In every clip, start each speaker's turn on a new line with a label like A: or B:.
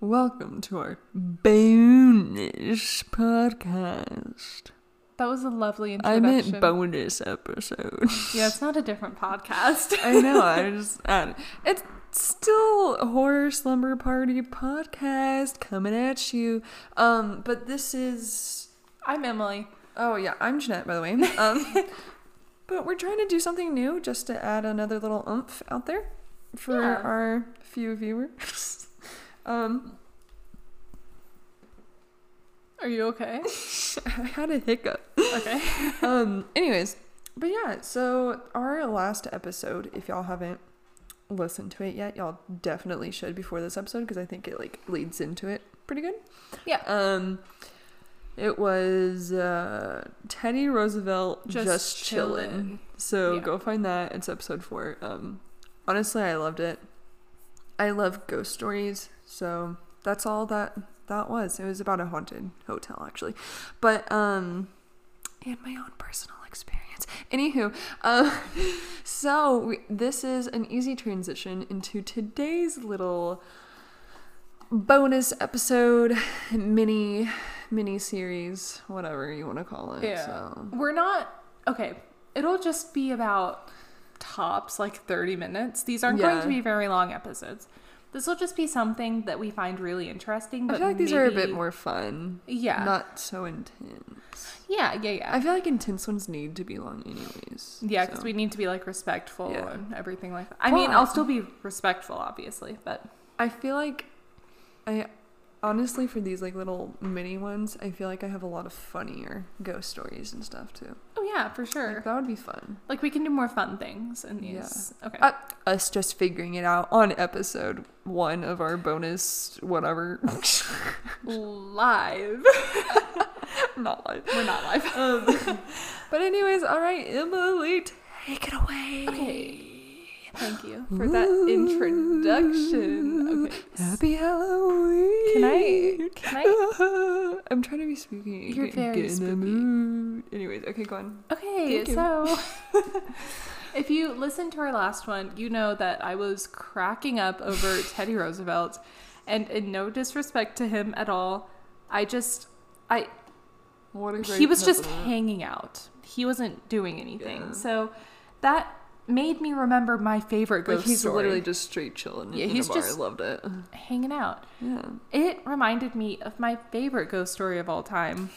A: Welcome to our bonus podcast.
B: That was a lovely
A: I
B: introduction.
A: meant bonus episode.
B: Yeah, it's not a different podcast.
A: I know. I just I, it's still a horror slumber party podcast coming at you. Um, but this is
B: I'm Emily.
A: oh yeah, I'm Jeanette by the way. Um, but we're trying to do something new just to add another little oomph out there for
B: Yeah.
A: our few viewers. um,
B: Are you okay?
A: I had a hiccup.
B: Okay.
A: um anyways but yeah so our last episode if y'all haven't listened to it yet y'all definitely should before this episode because i think it like leads into it pretty good
B: Yeah.
A: um it was uh teddy roosevelt just, chillin'.
B: chillin'.
A: so
B: Yeah.
A: go find that it's episode four um honestly i loved it i love ghost stories so that's all that that was it was about a haunted hotel actually but um and my own personal experience. Anywho, uh, so we, this is an easy transition into today's little bonus episode, mini, mini series, whatever you want to call it.
B: Yeah.
A: So.
B: We're not okay. It'll just be about tops like 30 minutes. These aren't going
A: Yeah.
B: to be very long episodes. This will just be something that we find really interesting. But
A: I feel like these are a bit
B: maybe-
A: more fun.
B: Yeah.
A: Not so intense.
B: yeah. Yeah. Yeah.
A: I feel like intense ones need to be long, anyways.
B: yeah, because
A: so.
B: we need to be like respectful
A: Yeah.
B: and everything like that. I mean,
A: But-
B: I'll still be respectful, obviously, but
A: I feel like I honestly for these like little mini ones, I feel like I have a lot of funnier ghost stories and stuff too.
B: oh yeah, for sure.
A: Like, that would be fun.
B: Like we can do more fun things in
A: Yeah.
B: these. Okay.
A: Uh, us just figuring it out on episode one of our bonus whatever.
B: live.
A: Not live.
B: We're not live.
A: Um, but anyways, all right, Emily, take it away.
B: Okay. Thank you for that introduction. Okay.
A: Happy Halloween.
B: Can I- can
A: I? I'm trying to be spooky.
B: You're
A: Get-
B: very
A: get in the
B: spooky.
A: mood. Anyways, okay, go on.
B: Okay,
A: Thank you.
B: so if you listened to our last one, you know that I was cracking up over Teddy Roosevelt, and in no disrespect to him at all, I just I
A: What a
B: he was just hanging out. He wasn't doing anything.
A: Yeah.
B: So that made me remember my favorite ghost
A: like he's
B: story.
A: literally just straight chilling.
B: Yeah,
A: in
B: he's
A: a bar.
B: just-
A: I loved it.
B: hanging out.
A: Yeah.
B: It reminded me of my favorite ghost story of all time.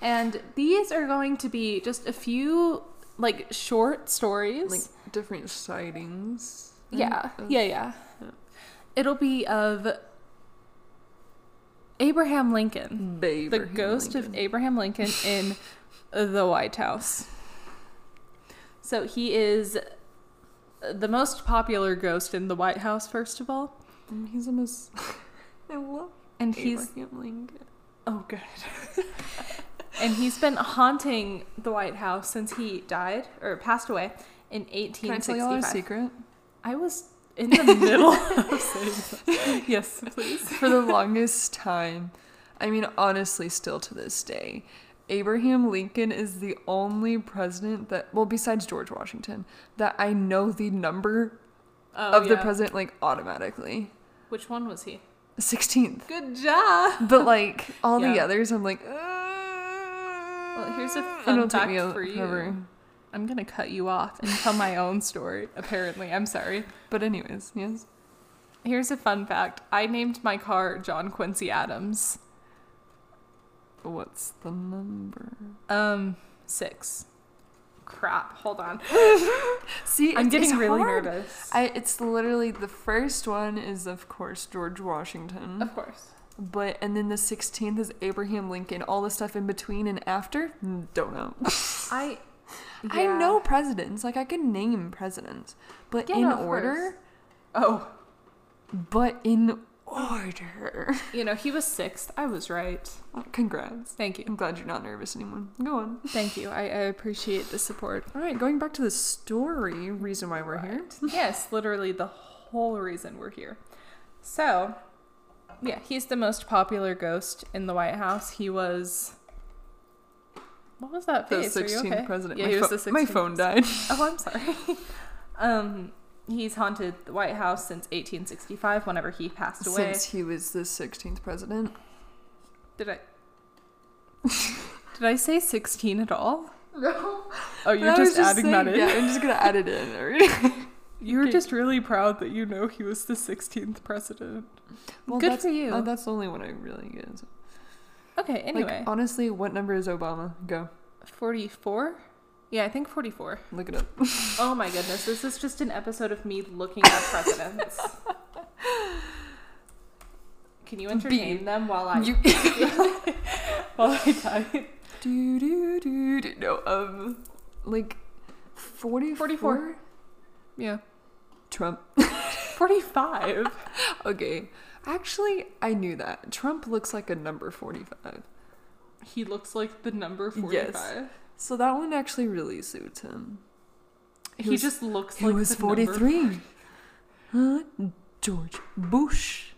B: And these are going to be just a few like short stories.
A: Like mm-hmm. different sightings. right?
B: yeah.
A: Of-
B: yeah, yeah,
A: yeah.
B: It'll be of Abraham Lincoln,
A: Babe.
B: the ghost of Abraham Lincoln in the White House. So he is the most popular ghost in the White House, first of all.
A: of He's almost I love
B: And he's
A: Abraham Lincoln.
B: Oh, good. and he's been haunting the White House since he died or passed away in
A: Can I tell y'all a
B: 1865.
A: secret?
B: I was in the middle of saying that. Yes, please.
A: For the longest time, I mean honestly still to this day, Abraham Lincoln is the only president that well besides George Washington that I know the number
B: Oh,
A: of the
B: yeah.
A: president like automatically.
B: Which one was he?
A: 16th.
B: Good job.
A: But like all the
B: Yeah.
A: others, I'm like. "Ah, Well,
B: here's a fun fact for you. I'm going to cut you off and tell my own story, apparently. I'm sorry.
A: But anyways, yes.
B: Here's a fun fact I named my car John Quincy Adams.
A: What's the number?
B: Um, six. Crap. Hold on.
A: See,
B: I'm
A: it's-
B: getting
A: it's
B: really
A: hard.
B: nervous.
A: I, it's literally the first one is of course George Washington,
B: of course.
A: but and then the sixteenth is Abraham Lincoln. All the stuff in between and after, mm, don't know.
B: I
A: I know presidents, like I can name presidents, but
B: Yeah,
A: in
B: no, of
A: order,
B: Oh,
A: but in order.
B: you know, he was sixth. I was right.
A: Congrats!
B: Thank you.
A: I'm glad you're not nervous anymore. Go on.
B: Thank you. I, I appreciate the support.
A: All right, going back to the story, reason why we're here.
B: yes, literally the whole reason we're here. So, yeah, he's the most popular ghost in the White House. He was. What was that
A: The
B: face? Are you
A: 16th
B: okay?
A: president.
B: Yeah,
A: my,
B: he was
A: pho-
B: the 16th.
A: my phone died.
B: Oh, I'm sorry. Oh, um, he's haunted the White House since 1865, whenever he passed away.
A: Since he was the 16th president.
B: Did I? Did I say 16 at all?
A: No.
B: Oh, you're just adding that in.
A: Yeah, I'm just gonna add it in.
B: You're
A: Okay.
B: just really proud that you know he was the 16th president.
A: Well,
B: Good
A: that's,
B: for you.
A: uh, that's the only one I really get. So-
B: Okay, anyway.
A: Like, honestly, what number is Obama? Go
B: 44? Yeah, I think 44.
A: look it up.
B: Oh my goodness, this is just an episode of me looking at presidents. Can you entertain them while I
A: You-
B: while I type?
A: do do do do. No, um, like forty-four.
B: 44. Yeah.
A: Trump.
B: 45.
A: Okay, actually, I knew that Trump looks like a number forty-five,
B: He looks like the number 45.
A: Yes. so that one actually really suits him.
B: He,
A: He was-
B: just looks
A: He
B: like
A: was
B: the number-
A: forty-three. Huh? George Bush.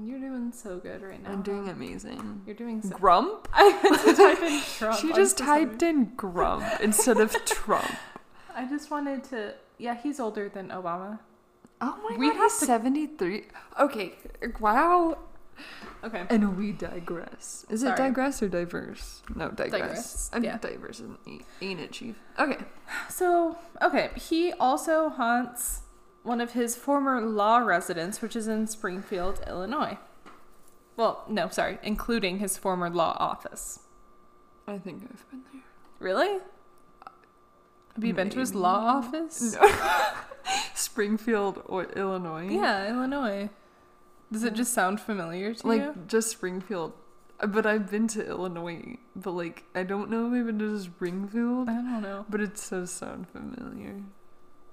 B: You're doing so good right now.
A: I'm doing amazing.
B: You're doing so
A: Grump.
B: I had to type in Trump.
A: She
B: I'm
A: just
B: so sorry.
A: typed in Grump instead of Trump.
B: I just wanted to. Yeah, he's older than Obama.
A: Oh my
B: We
A: god,
B: have
A: he's
B: to-
A: 73. Okay, wow.
B: Okay.
A: And we digress. Is
B: Sorry.
A: it digress or diverse? No, digress.
B: Digress,
A: I'm
B: yeah.
A: diverse, isn't, e- ain't it, Chief? Okay.
B: So, okay, he also haunts one of his former law residents, which is in Springfield, Illinois. Well, no, sorry, including his former law office.
A: I think I've been there.
B: Really? Have you been to his law
A: Maybe.
B: office?
A: Springfield, or Illinois.
B: Yeah, Illinois. Does it just sound familiar to
A: Like,
B: you?
A: just Springfield. Uh, But I've been to Illinois, but like, I don't know if I've been to Springfield,
B: I don't know.
A: but it does sound familiar.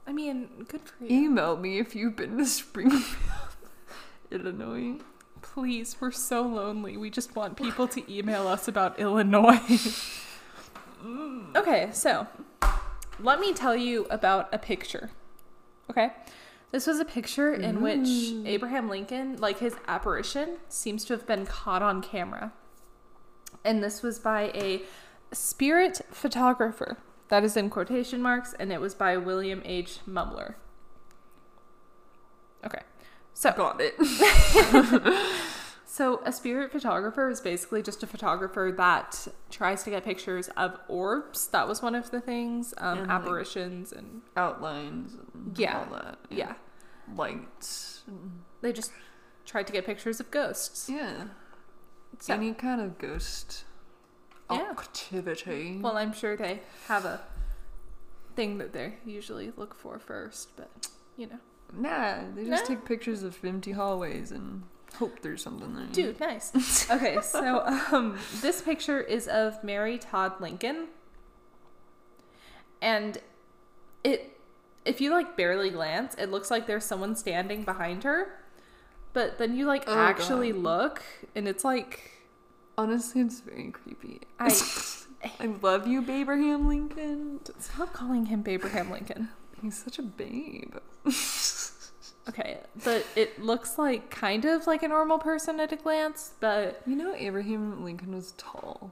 B: I mean, good for you.
A: Email me if you've been to Springfield, Illinois.
B: Please, we're so lonely. We just want people to email us about Illinois. okay, so let me tell you about a picture. Okay? This was a picture in
A: Ooh.
B: which Abraham Lincoln, like his apparition, seems to have been caught on camera. And this was by a spirit photographer. That is in quotation marks, and it was by William H. Mumler. Okay. So
A: Got it.
B: so, a spirit photographer is basically just a photographer that tries to get pictures of orbs. That was one of the things, um,
A: And, like,
B: apparitions, and
A: Outlines and
B: Yeah.
A: all that.
B: yeah,
A: Lights. and-
B: they just tried to get pictures of ghosts.
A: Yeah.
B: So-
A: Any kind of ghost
B: Yeah.
A: activity.
B: Well, I'm sure they have a thing that they usually look for first, but you know,
A: nah, they just
B: Nah.
A: take pictures of empty hallways and hope there's something there.
B: dude, nice. okay, so um, this picture is of Mary Todd Lincoln, and it if you like barely glance, it looks like there's someone standing behind her. But then you like
A: Oh,
B: actually
A: God.
B: look and it's like
A: Honestly, it's very creepy.
B: I
A: I love you, Abraham Lincoln.
B: stop calling him Abraham Lincoln.
A: He's such a babe.
B: Okay, but it looks like kind of like a normal person at a glance, but
A: You know, Abraham Lincoln was tall.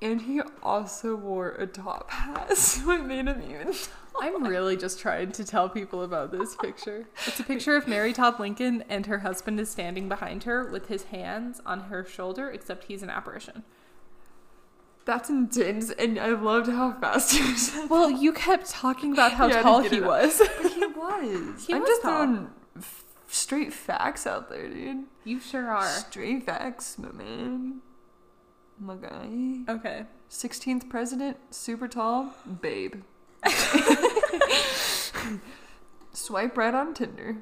A: And he also wore a top hat, so it made him even.
B: I'm really just trying to tell people about this picture. It's a picture of Mary Todd Lincoln, and her husband is standing behind her with his hands on her shoulder, except he's an apparition.
A: That's intense, and I loved how fast he was.
B: Well, you kept talking about how
A: Yeah, I didn't
B: tall
A: get
B: he
A: it up.
B: was.
A: he was.
B: He
A: I'm
B: was
A: just
B: tall.
A: throwing f- straight facts out there, dude.
B: You sure are.
A: Straight facts, my man. My guy.
B: Okay.
A: 16th president, super tall, babe. Swipe right on Tinder.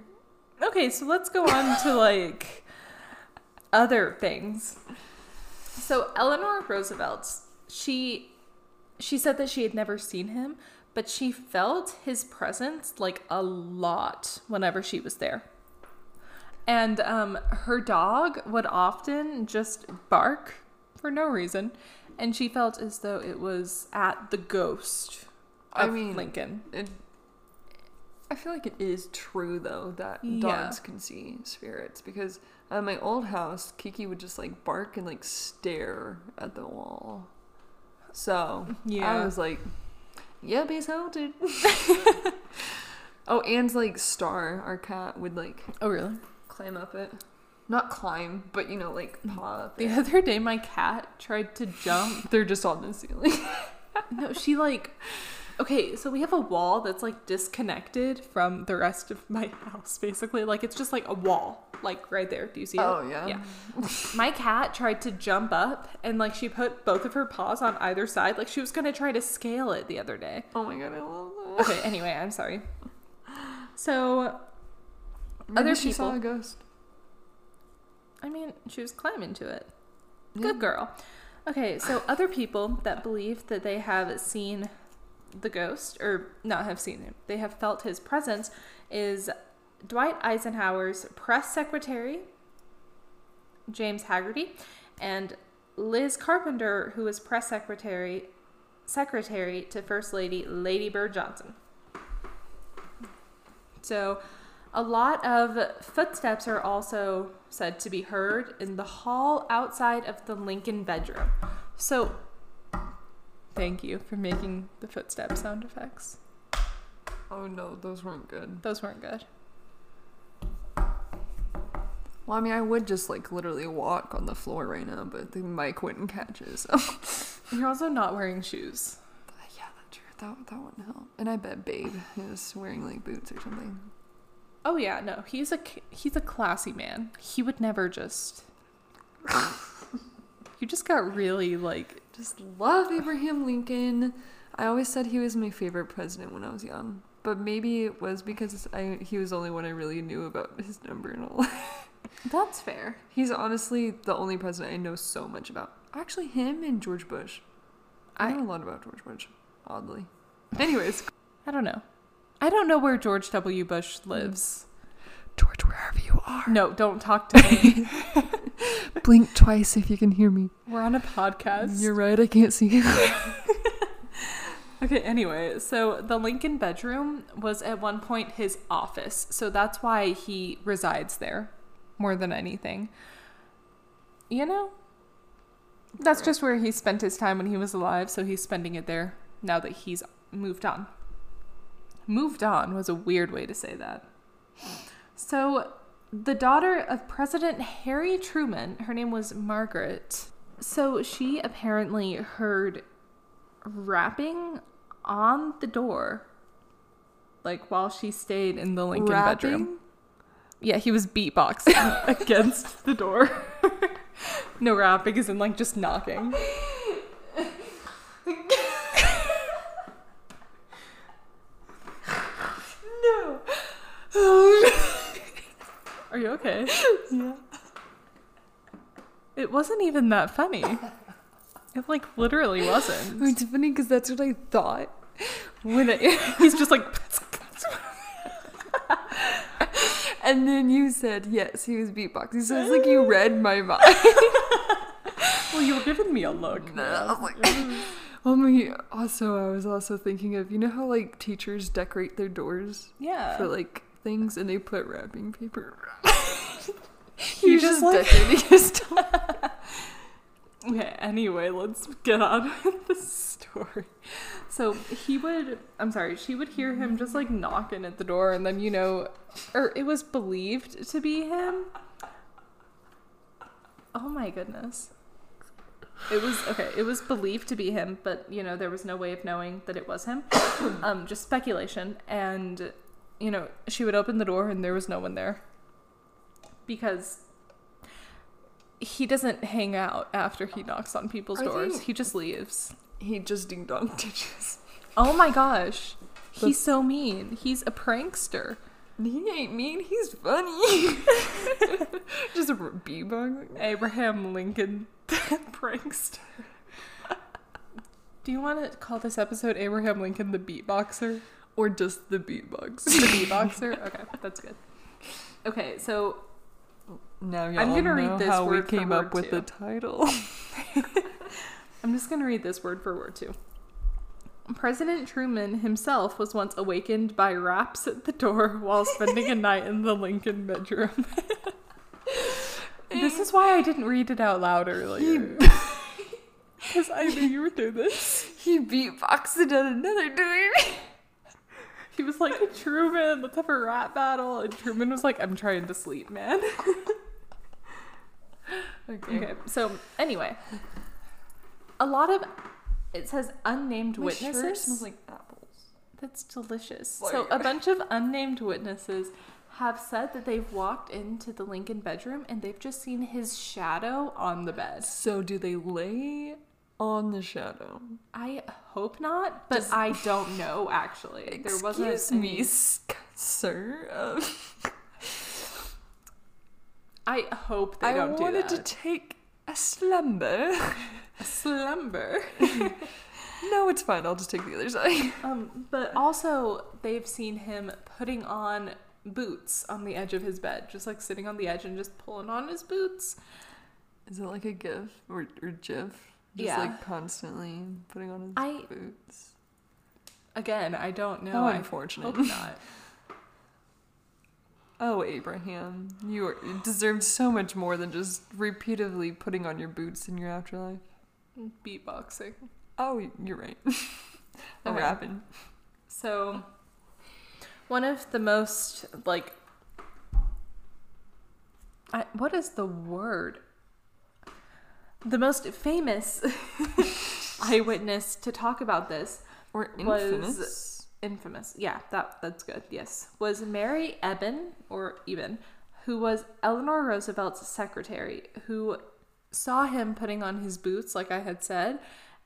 B: Okay, so let's go on to like other things. So Eleanor Roosevelt, she she said that she had never seen him, but she felt his presence like a lot whenever she was there. And um, her dog would often just bark for no reason, and she felt as though it was at the ghost
A: I
B: of
A: mean,
B: Lincoln.
A: It, I feel like it is true though that
B: Yeah.
A: dogs can see spirits because at my old house, Kiki would just like bark and like stare at the wall. So I
B: Yeah.
A: was like, Yep, he's haunted. oh, and like Star, our cat, would like
B: Oh, really?
A: climb up it. Not climb, but you know, like paw up
B: The
A: it.
B: other day, my cat tried to jump.
A: They're just on the ceiling.
B: No, she like. Okay, so we have a wall that's like disconnected from the rest of my house, basically. Like it's just like a wall, like right there. Do you see it?
A: Oh yeah.
B: Yeah. My cat tried to jump up and like she put both of her paws on either side. Like she was gonna try to scale it the other day.
A: Oh my god, I love that.
B: Okay, anyway, I'm sorry. So,
A: Maybe
B: Other
A: she saw
B: people-
A: a ghost.
B: I mean, she was climbing to it.
A: Yeah.
B: Good girl. Okay, so other people that believe that they have seen the ghost, or not have seen him, they have felt his presence, is Dwight Eisenhower's press secretary, James Haggerty, and Liz Carpenter, who was press secretary secretary to First Lady Lady Bird Johnson. So, a lot of footsteps are also said to be heard in the hall outside of the Lincoln bedroom. So, thank you for making the footstep sound effects.
A: Oh no, those weren't good.
B: Those weren't good.
A: Well, I mean, I would just like literally walk on the floor right now, but the mic wouldn't catch it. So. yeah,
B: You're also not wearing shoes.
A: that's true. That that wouldn't help. And I bet Babe is wearing like boots or something.
B: Oh yeah, no. He's a c- he's a classy man. He would never just You just got really like
A: Just love Abraham Lincoln. I always said he was my favorite president when I was young, but maybe it was because I he was the only one I really knew about his number and all.
B: That's fair.
A: He's honestly the only president I know so much about. Actually, him and George Bush. I know a lot about George Bush, oddly. Anyways,
B: I don't know. I don't know where George W. Bush lives.
A: George, wherever you are,
B: No, don't talk to me.
A: blink twice if you can hear me.
B: We're on a podcast.
A: You're right, I can't see you.
B: Okay, anyway, so the Lincoln bedroom was at one point his office, so that's why he resides there more than anything. You know? That's just where he spent his time when he was alive, so he's spending it there now that he's moved on. Moved on was a weird way to say that. So, the daughter of President Harry Truman, her name was Margaret. So, she apparently heard rapping on the door like while she stayed in the Lincoln bedroom. Yeah, he was beatboxing against the door. no rapping is in like just knocking.
A: No.
B: Are you okay?
A: yeah.
B: It wasn't even that funny. It like literally wasn't.
A: It's funny because that's what I thought.
B: When it, he's just like
A: And then you said, yes, he was beatboxing. So it's like you read my mind.
B: Well, you were giving me a look. man.
A: I'm like,
B: Mm.
A: oh my. Also, I was also thinking of, you know how like teachers decorate their doors
B: Yeah.
A: for like things and they put wrapping paper
B: You
A: You're
B: just,
A: just,
B: like-
A: decorating his door.
B: Okay, anyway, let's get on with the story. So he would, I'm sorry, she would hear him just like knocking at the door, and then, you know, or it was believed to be him. Oh my goodness. It was, okay, it was believed to be him, but, you know, there was no way of knowing that it was him. Um, just speculation. And, you know, she would open the door, and there was no one there. Because he doesn't hang out after he knocks on people's
A: I
B: doors.
A: think-
B: He just leaves.
A: He just ding dong teaches.
B: Oh my gosh. He's
A: That's-
B: so mean. He's a prankster.
A: He ain't mean, he's funny. just r- beatboxing.
B: Abraham Lincoln prankster. Do you want to call this episode Abraham Lincoln the beatboxer?
A: Or just the beatbox.
B: The beatboxer? Okay, that's good. Okay, so
A: Now y'all
B: I'm gonna read
A: know
B: this
A: how
B: word for
A: we came
B: word,
A: up with
B: too.
A: the title.
B: I'm just going to read this word for word too. President Truman himself was once awakened by raps at the door while spending a night in the Lincoln bedroom. this is why I didn't read it out loud earlier. Because I knew you would do this.
A: He beatboxed it at another dude.
B: He was like, Truman, let's have a rap battle. And Truman was like, I'm trying to sleep, man. okay. so anyway, a lot of it says unnamed
A: My shirt
B: witnesses.
A: smells like apples.
B: That's delicious.
A: Like-
B: So, a bunch of unnamed witnesses have said that they've walked into the Lincoln bedroom and they've just seen his shadow on the bed.
A: So do they lay on the shadow?
B: I hope not, but I don't know actually. there wasn't
A: Excuse me,
B: any-
A: s- sir. Um,
B: I hope they
A: I
B: don't do
A: wanted
B: that.
A: to take a slumber.
B: slumber.
A: no, it's fine. I'll just take the other side.
B: Um, but also, they've seen him putting on boots on the edge of his bed, just like sitting on the edge and just pulling on his boots.
A: Is it like a gif or, or gif? Just
B: Yeah.
A: like constantly putting on his
B: I
A: boots.
B: again, I don't know.
A: How
B: I
A: unfortunate.
B: hope not.
A: Oh, Abraham, you, are, you deserved so much more than just repeatedly putting on your boots in your afterlife.
B: Beatboxing.
A: Oh, you're right. I'm
B: Okay.
A: rapping.
B: So, one of the most like, I, what is the word? The most famous eyewitness to talk about this,
A: Or
B: Was-
A: infamous.
B: infamous, yeah, that that's good. Yes, was Mary Eben or Eben, who was Eleanor Roosevelt's secretary, who saw him putting on his boots, like I had said,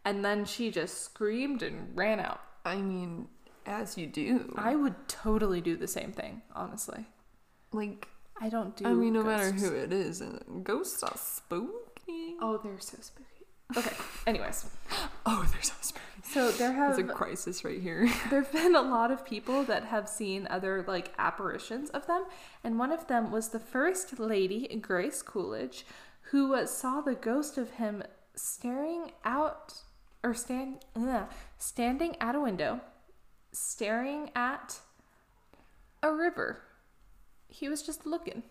B: and then she just screamed and ran out.
A: I mean, as you do.
B: I would totally do the same thing, honestly.
A: like.
B: I don't do.
A: I mean, no matter
B: ghosts.
A: who it is, uh, ghosts are spooky.
B: Oh, they're so spooky. Okay. Anyways,
A: Oh, there's a spooky.
B: so there have
A: There's a crisis right here.
B: there have been a lot of people that have seen other like apparitions of them, and one of them was the first lady Grace Coolidge, who uh, saw the ghost of him staring out or stand ugh, standing at a window, staring at a river. He was just looking.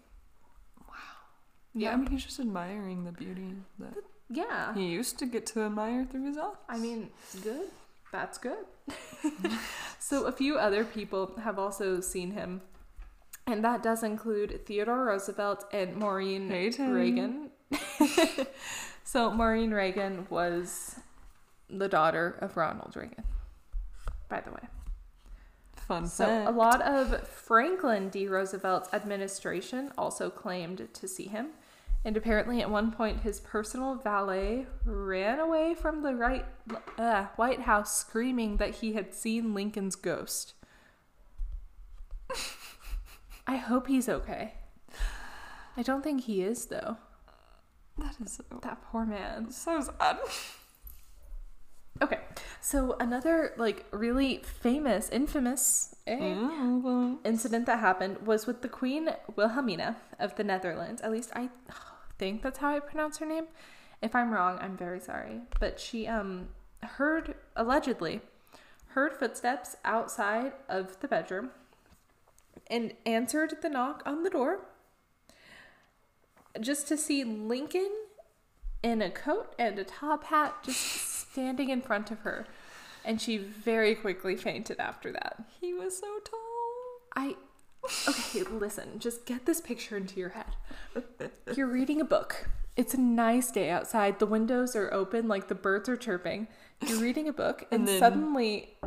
A: Yeah,
B: Yeah.
A: I mean, he's just admiring the beauty that
B: Yeah.
A: he used to get to admire through his eyes.
B: Uh, I mean, good. That's good. so, a few other people have also seen him, and that does include Theodore Roosevelt and Maureen
A: Hey, Teddy.
B: Reagan. so, Maureen Reagan was the daughter of Ronald Reagan, by the way.
A: fun
B: Um, So,
A: fact.
B: a lot of Franklin D. Roosevelt's administration also claimed to see him. And apparently, at one point, his personal valet ran away from the right, uh, White House screaming that he had seen Lincoln's ghost. I hope he's okay. I don't think he is, though.
A: That is so,
B: That poor man.
A: so sad.
B: Okay, so another, like, really famous, infamous, eh?
A: Mm,
B: incident that happened was with the Queen Wilhelmina of the Netherlands. At least I think that's how I pronounce her name. If I'm wrong, I'm very sorry. But she um heard allegedly heard footsteps outside of the bedroom and answered the knock on the door just to see Lincoln in a coat and a top hat just standing in front of her. And she very quickly fainted after that.
A: he was so tall.
B: I okay, listen, just get this picture into your head. You're reading a book. It's a nice day outside. The windows are open, like the birds are chirping. You're reading a book, and,
A: And then-
B: suddenly,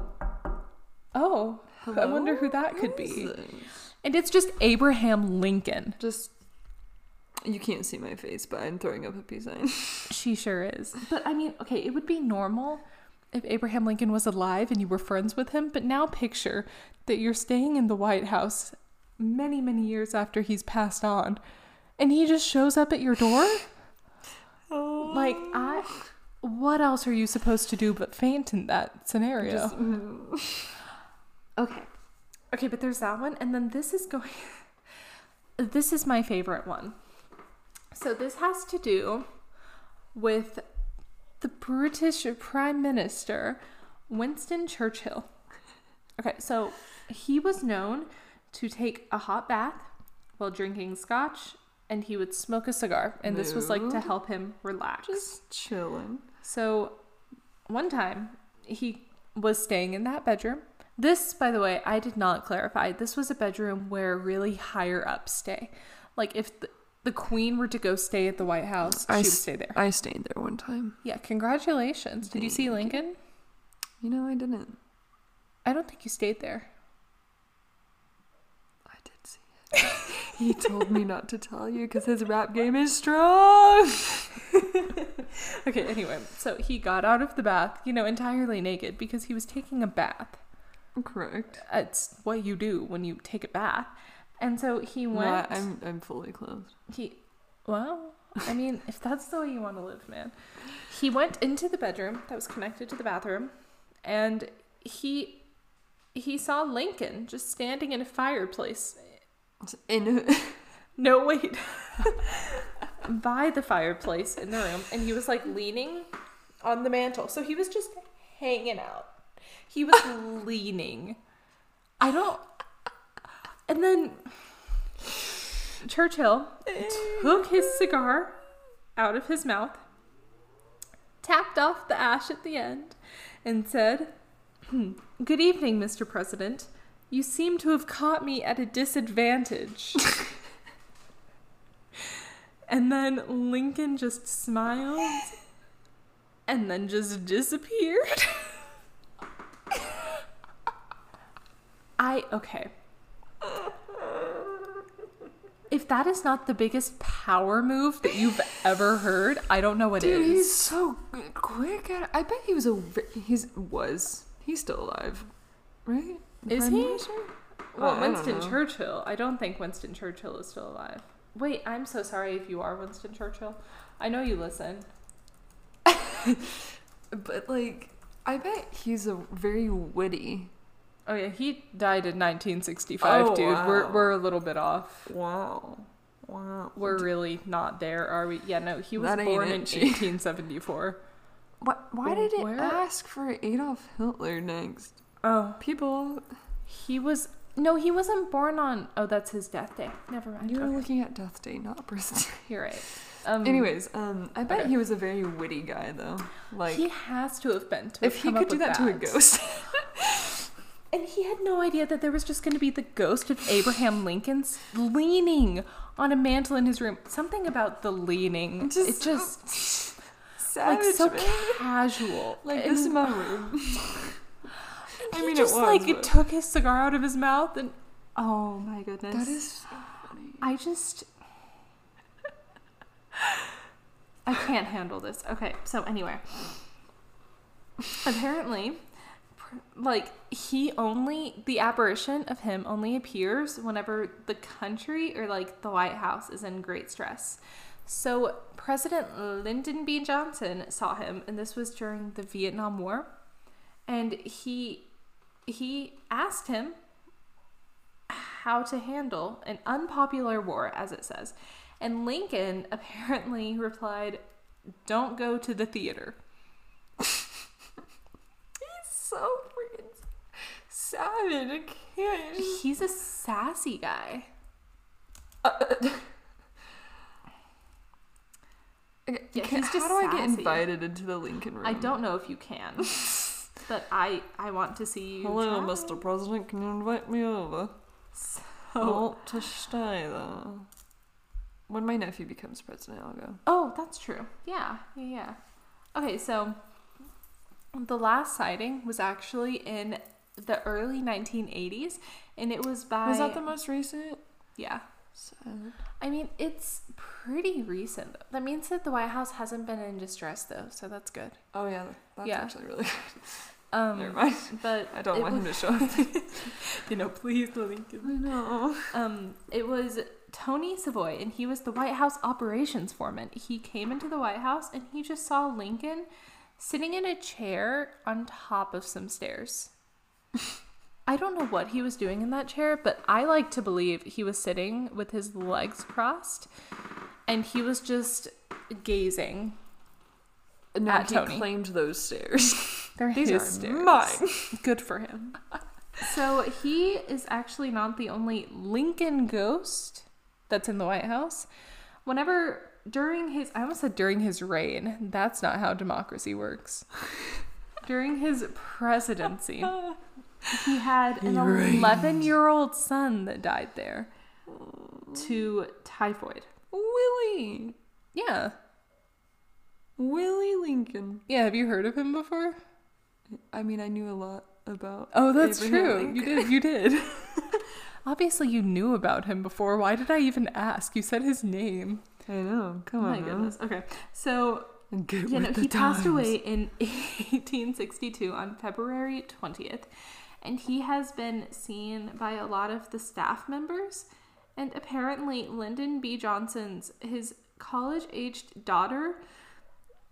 B: oh, I wonder who that could
A: Who is
B: be.
A: this?
B: And it's just Abraham Lincoln.
A: Just you can't see my face, but I'm throwing up a peace sign.
B: She sure is. But I mean, okay, it would be normal if Abraham Lincoln was alive and you were friends with him, but now picture that you're staying in the White House many, many years after he's passed on and he just shows up at your door? Like, I.
A: Oh,
B: What else are you supposed to do but faint in that scenario?
A: Just- mm.
B: Okay. Okay, but there's that one. And then this is going. this is my favorite one. So this has to do with the British Prime Minister, Winston Churchill. Okay, so he was known to take a hot bath while drinking scotch and he would smoke a cigar. And this was like to
A: Mood.
B: help him relax.
A: just chilling.
B: So one time, he was staying in that bedroom. This, by the way, I did not clarify. This was a bedroom where really higher up stay. Like if the, the queen were to go stay at the White House,
A: I
B: she would
A: s-
B: stay there.
A: I stayed there one time.
B: yeah, congratulations. Did you see Lincoln?
A: You know, I didn't.
B: I don't think you stayed there.
A: I did see it. he told me not to tell you because his rap game is strong.
B: Okay, anyway, so he got out of the bath, you know, entirely naked because he was taking a bath.
A: Correct.
B: It's what you do when you take a bath. And so he went.
A: Not- I'm I'm fully clothed.
B: He, well, I mean, if that's the way you want to live, man. He went into the bedroom that was connected to the bathroom, and he he saw Lincoln just standing in a fireplace.
A: In
B: No, wait, by the fireplace in the room, and he was like leaning on the mantle. So he was just hanging out. He was leaning. I don't. And then Churchill took his cigar out of his mouth, tapped off the ash at the end, and said, "Hmm, Good evening, Mr. President. You seem to have caught me at a disadvantage. and then Lincoln just smiled and then just disappeared. I, okay. If that is not the biggest power move that you've ever heard, I don't know what
A: Dude,
B: is.
A: he's so g- quick. At, I bet he was a ri- he's was he's still alive, right? The
B: Is
A: Prime
B: he?
A: Minister?
B: Well,
A: I don't
B: Winston
A: know.
B: Churchill. I don't think Winston Churchill is still alive. Wait, I'm so sorry if you are Winston Churchill. I know you listen.
A: But like, I bet he's a very witty.
B: Oh yeah, he died in 1965,
A: Oh,
B: dude. We're
A: wow.
B: we're a little bit off.
A: Wow, wow.
B: We're really not there, are we? Yeah, no, he was
A: That ain't
B: born
A: it,
B: in
A: G.
B: 1874.
A: What, why did it
B: Where-
A: ask for Adolf Hitler next?
B: Oh,
A: People,
B: he was No, he wasn't born on Oh, that's his death day. Never mind.
A: you're
B: Okay,
A: looking at Death Day, not birthday.
B: You're right. Um
A: Anyways, um, I bet
B: okay.
A: he was a very witty guy though. Like,
B: he has to have been to have
A: if he
B: come
A: could
B: up
A: do
B: with
A: that, to a ghost,
B: And he had no idea that there was just going to be the ghost of Abraham Lincoln leaning on a mantle in his room. Something about the leaning.
A: Just-
B: it just like
A: savage.
B: so
A: man.
B: casual.
A: like
B: And
A: this is my room. I
B: he
A: mean, it
B: just
A: was,
B: like
A: but-
B: took his cigar out of his mouth and oh my goodness.
A: That is
B: I just I can't handle this. Okay, so anyway. Apparently, pr- like he only the apparition of him only appears whenever the country or like the White House is in great stress. So President Lyndon B. Johnson saw him, and this was during the Vietnam War, and he he asked him how to handle an unpopular war, as it says. And Lincoln apparently replied, Don't go to the theater.
A: so freaking savage. I can't.
B: He's a sassy guy.
A: Okay,
B: Yeah,
A: can-
B: he's
A: how
B: just
A: do I get
B: sassy.
A: invited into the Lincoln Room?
B: I don't know if you can, but I I want to see you.
A: Hello,
B: try.
A: Mr. President. Can you invite me over? I
B: Oh.
A: want to stay there. When my nephew becomes president, I'll go.
B: Oh, that's true. Yeah, yeah, yeah. Okay, so the last sighting was actually in the early 1980s, and it was by
A: Was that the most recent?
B: yeah.
A: Sad.
B: I mean, it's pretty recent. though. That means that the White House hasn't been in distress though, so that's good.
A: Oh yeah, that's
B: Yeah.
A: actually really.
B: Um,
A: Never mind.
B: But
A: I don't
B: it
A: want
B: was,
A: him to show up.
B: you know, please
A: I know.
B: Um, it was Tony Savoy, and he was the White House operations foreman. He came into the White House, and he just saw Lincoln sitting in a chair on top of some stairs. I don't know what he was doing in that chair, but I like to believe he was sitting with his legs crossed, and he was just gazing.
A: No,
B: At
A: he
B: Tony.
A: claimed those stairs.
B: They're
A: These
B: his
A: are
B: stairs.
A: mine.
B: Good for him. So he is actually not the only Lincoln ghost that's in the White House. Whenever during his, I almost said during his reign. That's not how democracy works. during his presidency, he had an
A: He reigned.
B: 11 year old son that died there to typhoid.
A: Willie.
B: Yeah.
A: Willie Lincoln.
B: Yeah. Have you heard of him before?
A: I mean, I knew a lot about.
B: Oh, that's
A: Abraham
B: true.
A: Lincoln.
B: You did. You did. Obviously, you knew about him before. Why did I even ask? You said his name.
A: I know. Come
B: Oh my
A: on.
B: goodness. Okay. So,
A: man. Get
B: you know,
A: with the
B: he passed
A: times.
B: away in 1862 on February 20th, and he has been seen by a lot of the staff members. And apparently, Lyndon B. Johnson's his college-aged daughter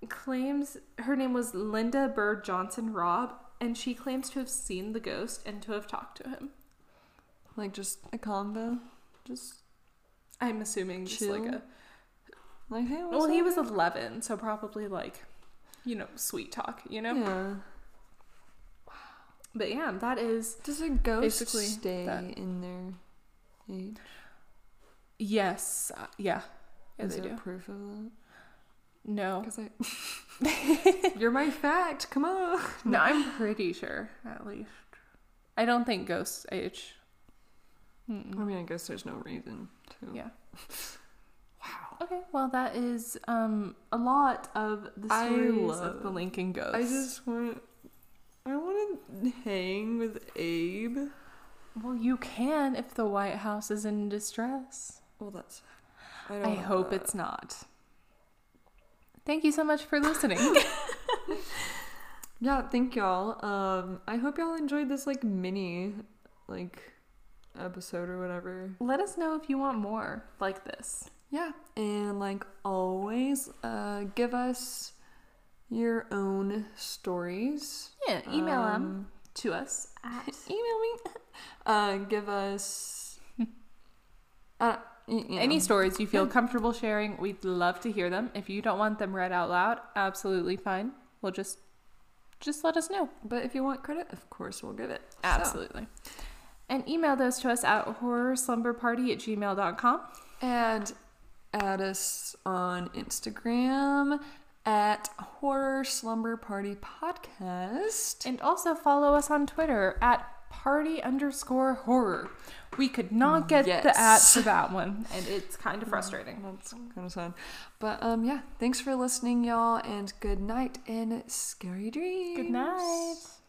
B: claims her name was Linda Bird Johnson Robb, and she claims to have seen the ghost and to have talked to him.
A: Like just a convo. Just
B: I'm assuming just like
A: Chill.
B: a
A: like hey. What's
B: well, he
A: up?
B: was 11, so probably like, you know, sweet talk, you know.
A: Yeah.
B: But yeah, that is
A: Does a ghost
B: Basically,
A: stay
B: that.
A: in their age?
B: yes, uh, yeah, yeah,
A: Is
B: they
A: there
B: do. Oh.
A: proof of that?
B: No,
A: 'Cause I. You're my fact. Come on.
B: no, I'm pretty sure at least. I don't think ghosts age.
A: I
B: Mm-mm.
A: mean, I guess there's no reason to.
B: Yeah.
A: Wow.
B: Okay, well, that is um a lot of the
A: I
B: stories of
A: love-
B: the Lincoln ghosts.
A: I just want. I want to hang with Abe.
B: well, you can if the White House is in distress.
A: Well, that's. I, don't
B: I
A: want
B: hope
A: that.
B: it's not. Thank you so much for listening.
A: Yeah, thank y'all. Um, I hope y'all enjoyed this like mini, like, episode or whatever.
B: Let us know if you want more like this.
A: Yeah, and like always, uh, give us your own stories.
B: Yeah, email them
A: Um,
B: to us at
A: Email me. Uh, give us. Uh, y- you
B: any
A: know.
B: stories you feel
A: Yeah.
B: comfortable sharing. We'd love to hear them. If you don't want them read out loud, absolutely fine. We'll just just let us know.
A: But if you want credit, of course we'll give it. So,
B: Absolutely. And email those to us at horrorslumberparty at gmail.com.
A: And add us on Instagram at Horror Slumber Party Podcast.
B: And also follow us on Twitter at party underscore horror. We could not get the at
A: Yes.
B: for that one, and it's kind of frustrating.
A: That's kind of sad. But um, yeah, thanks for listening, y'all, and good night and scary dreams.
B: Good night.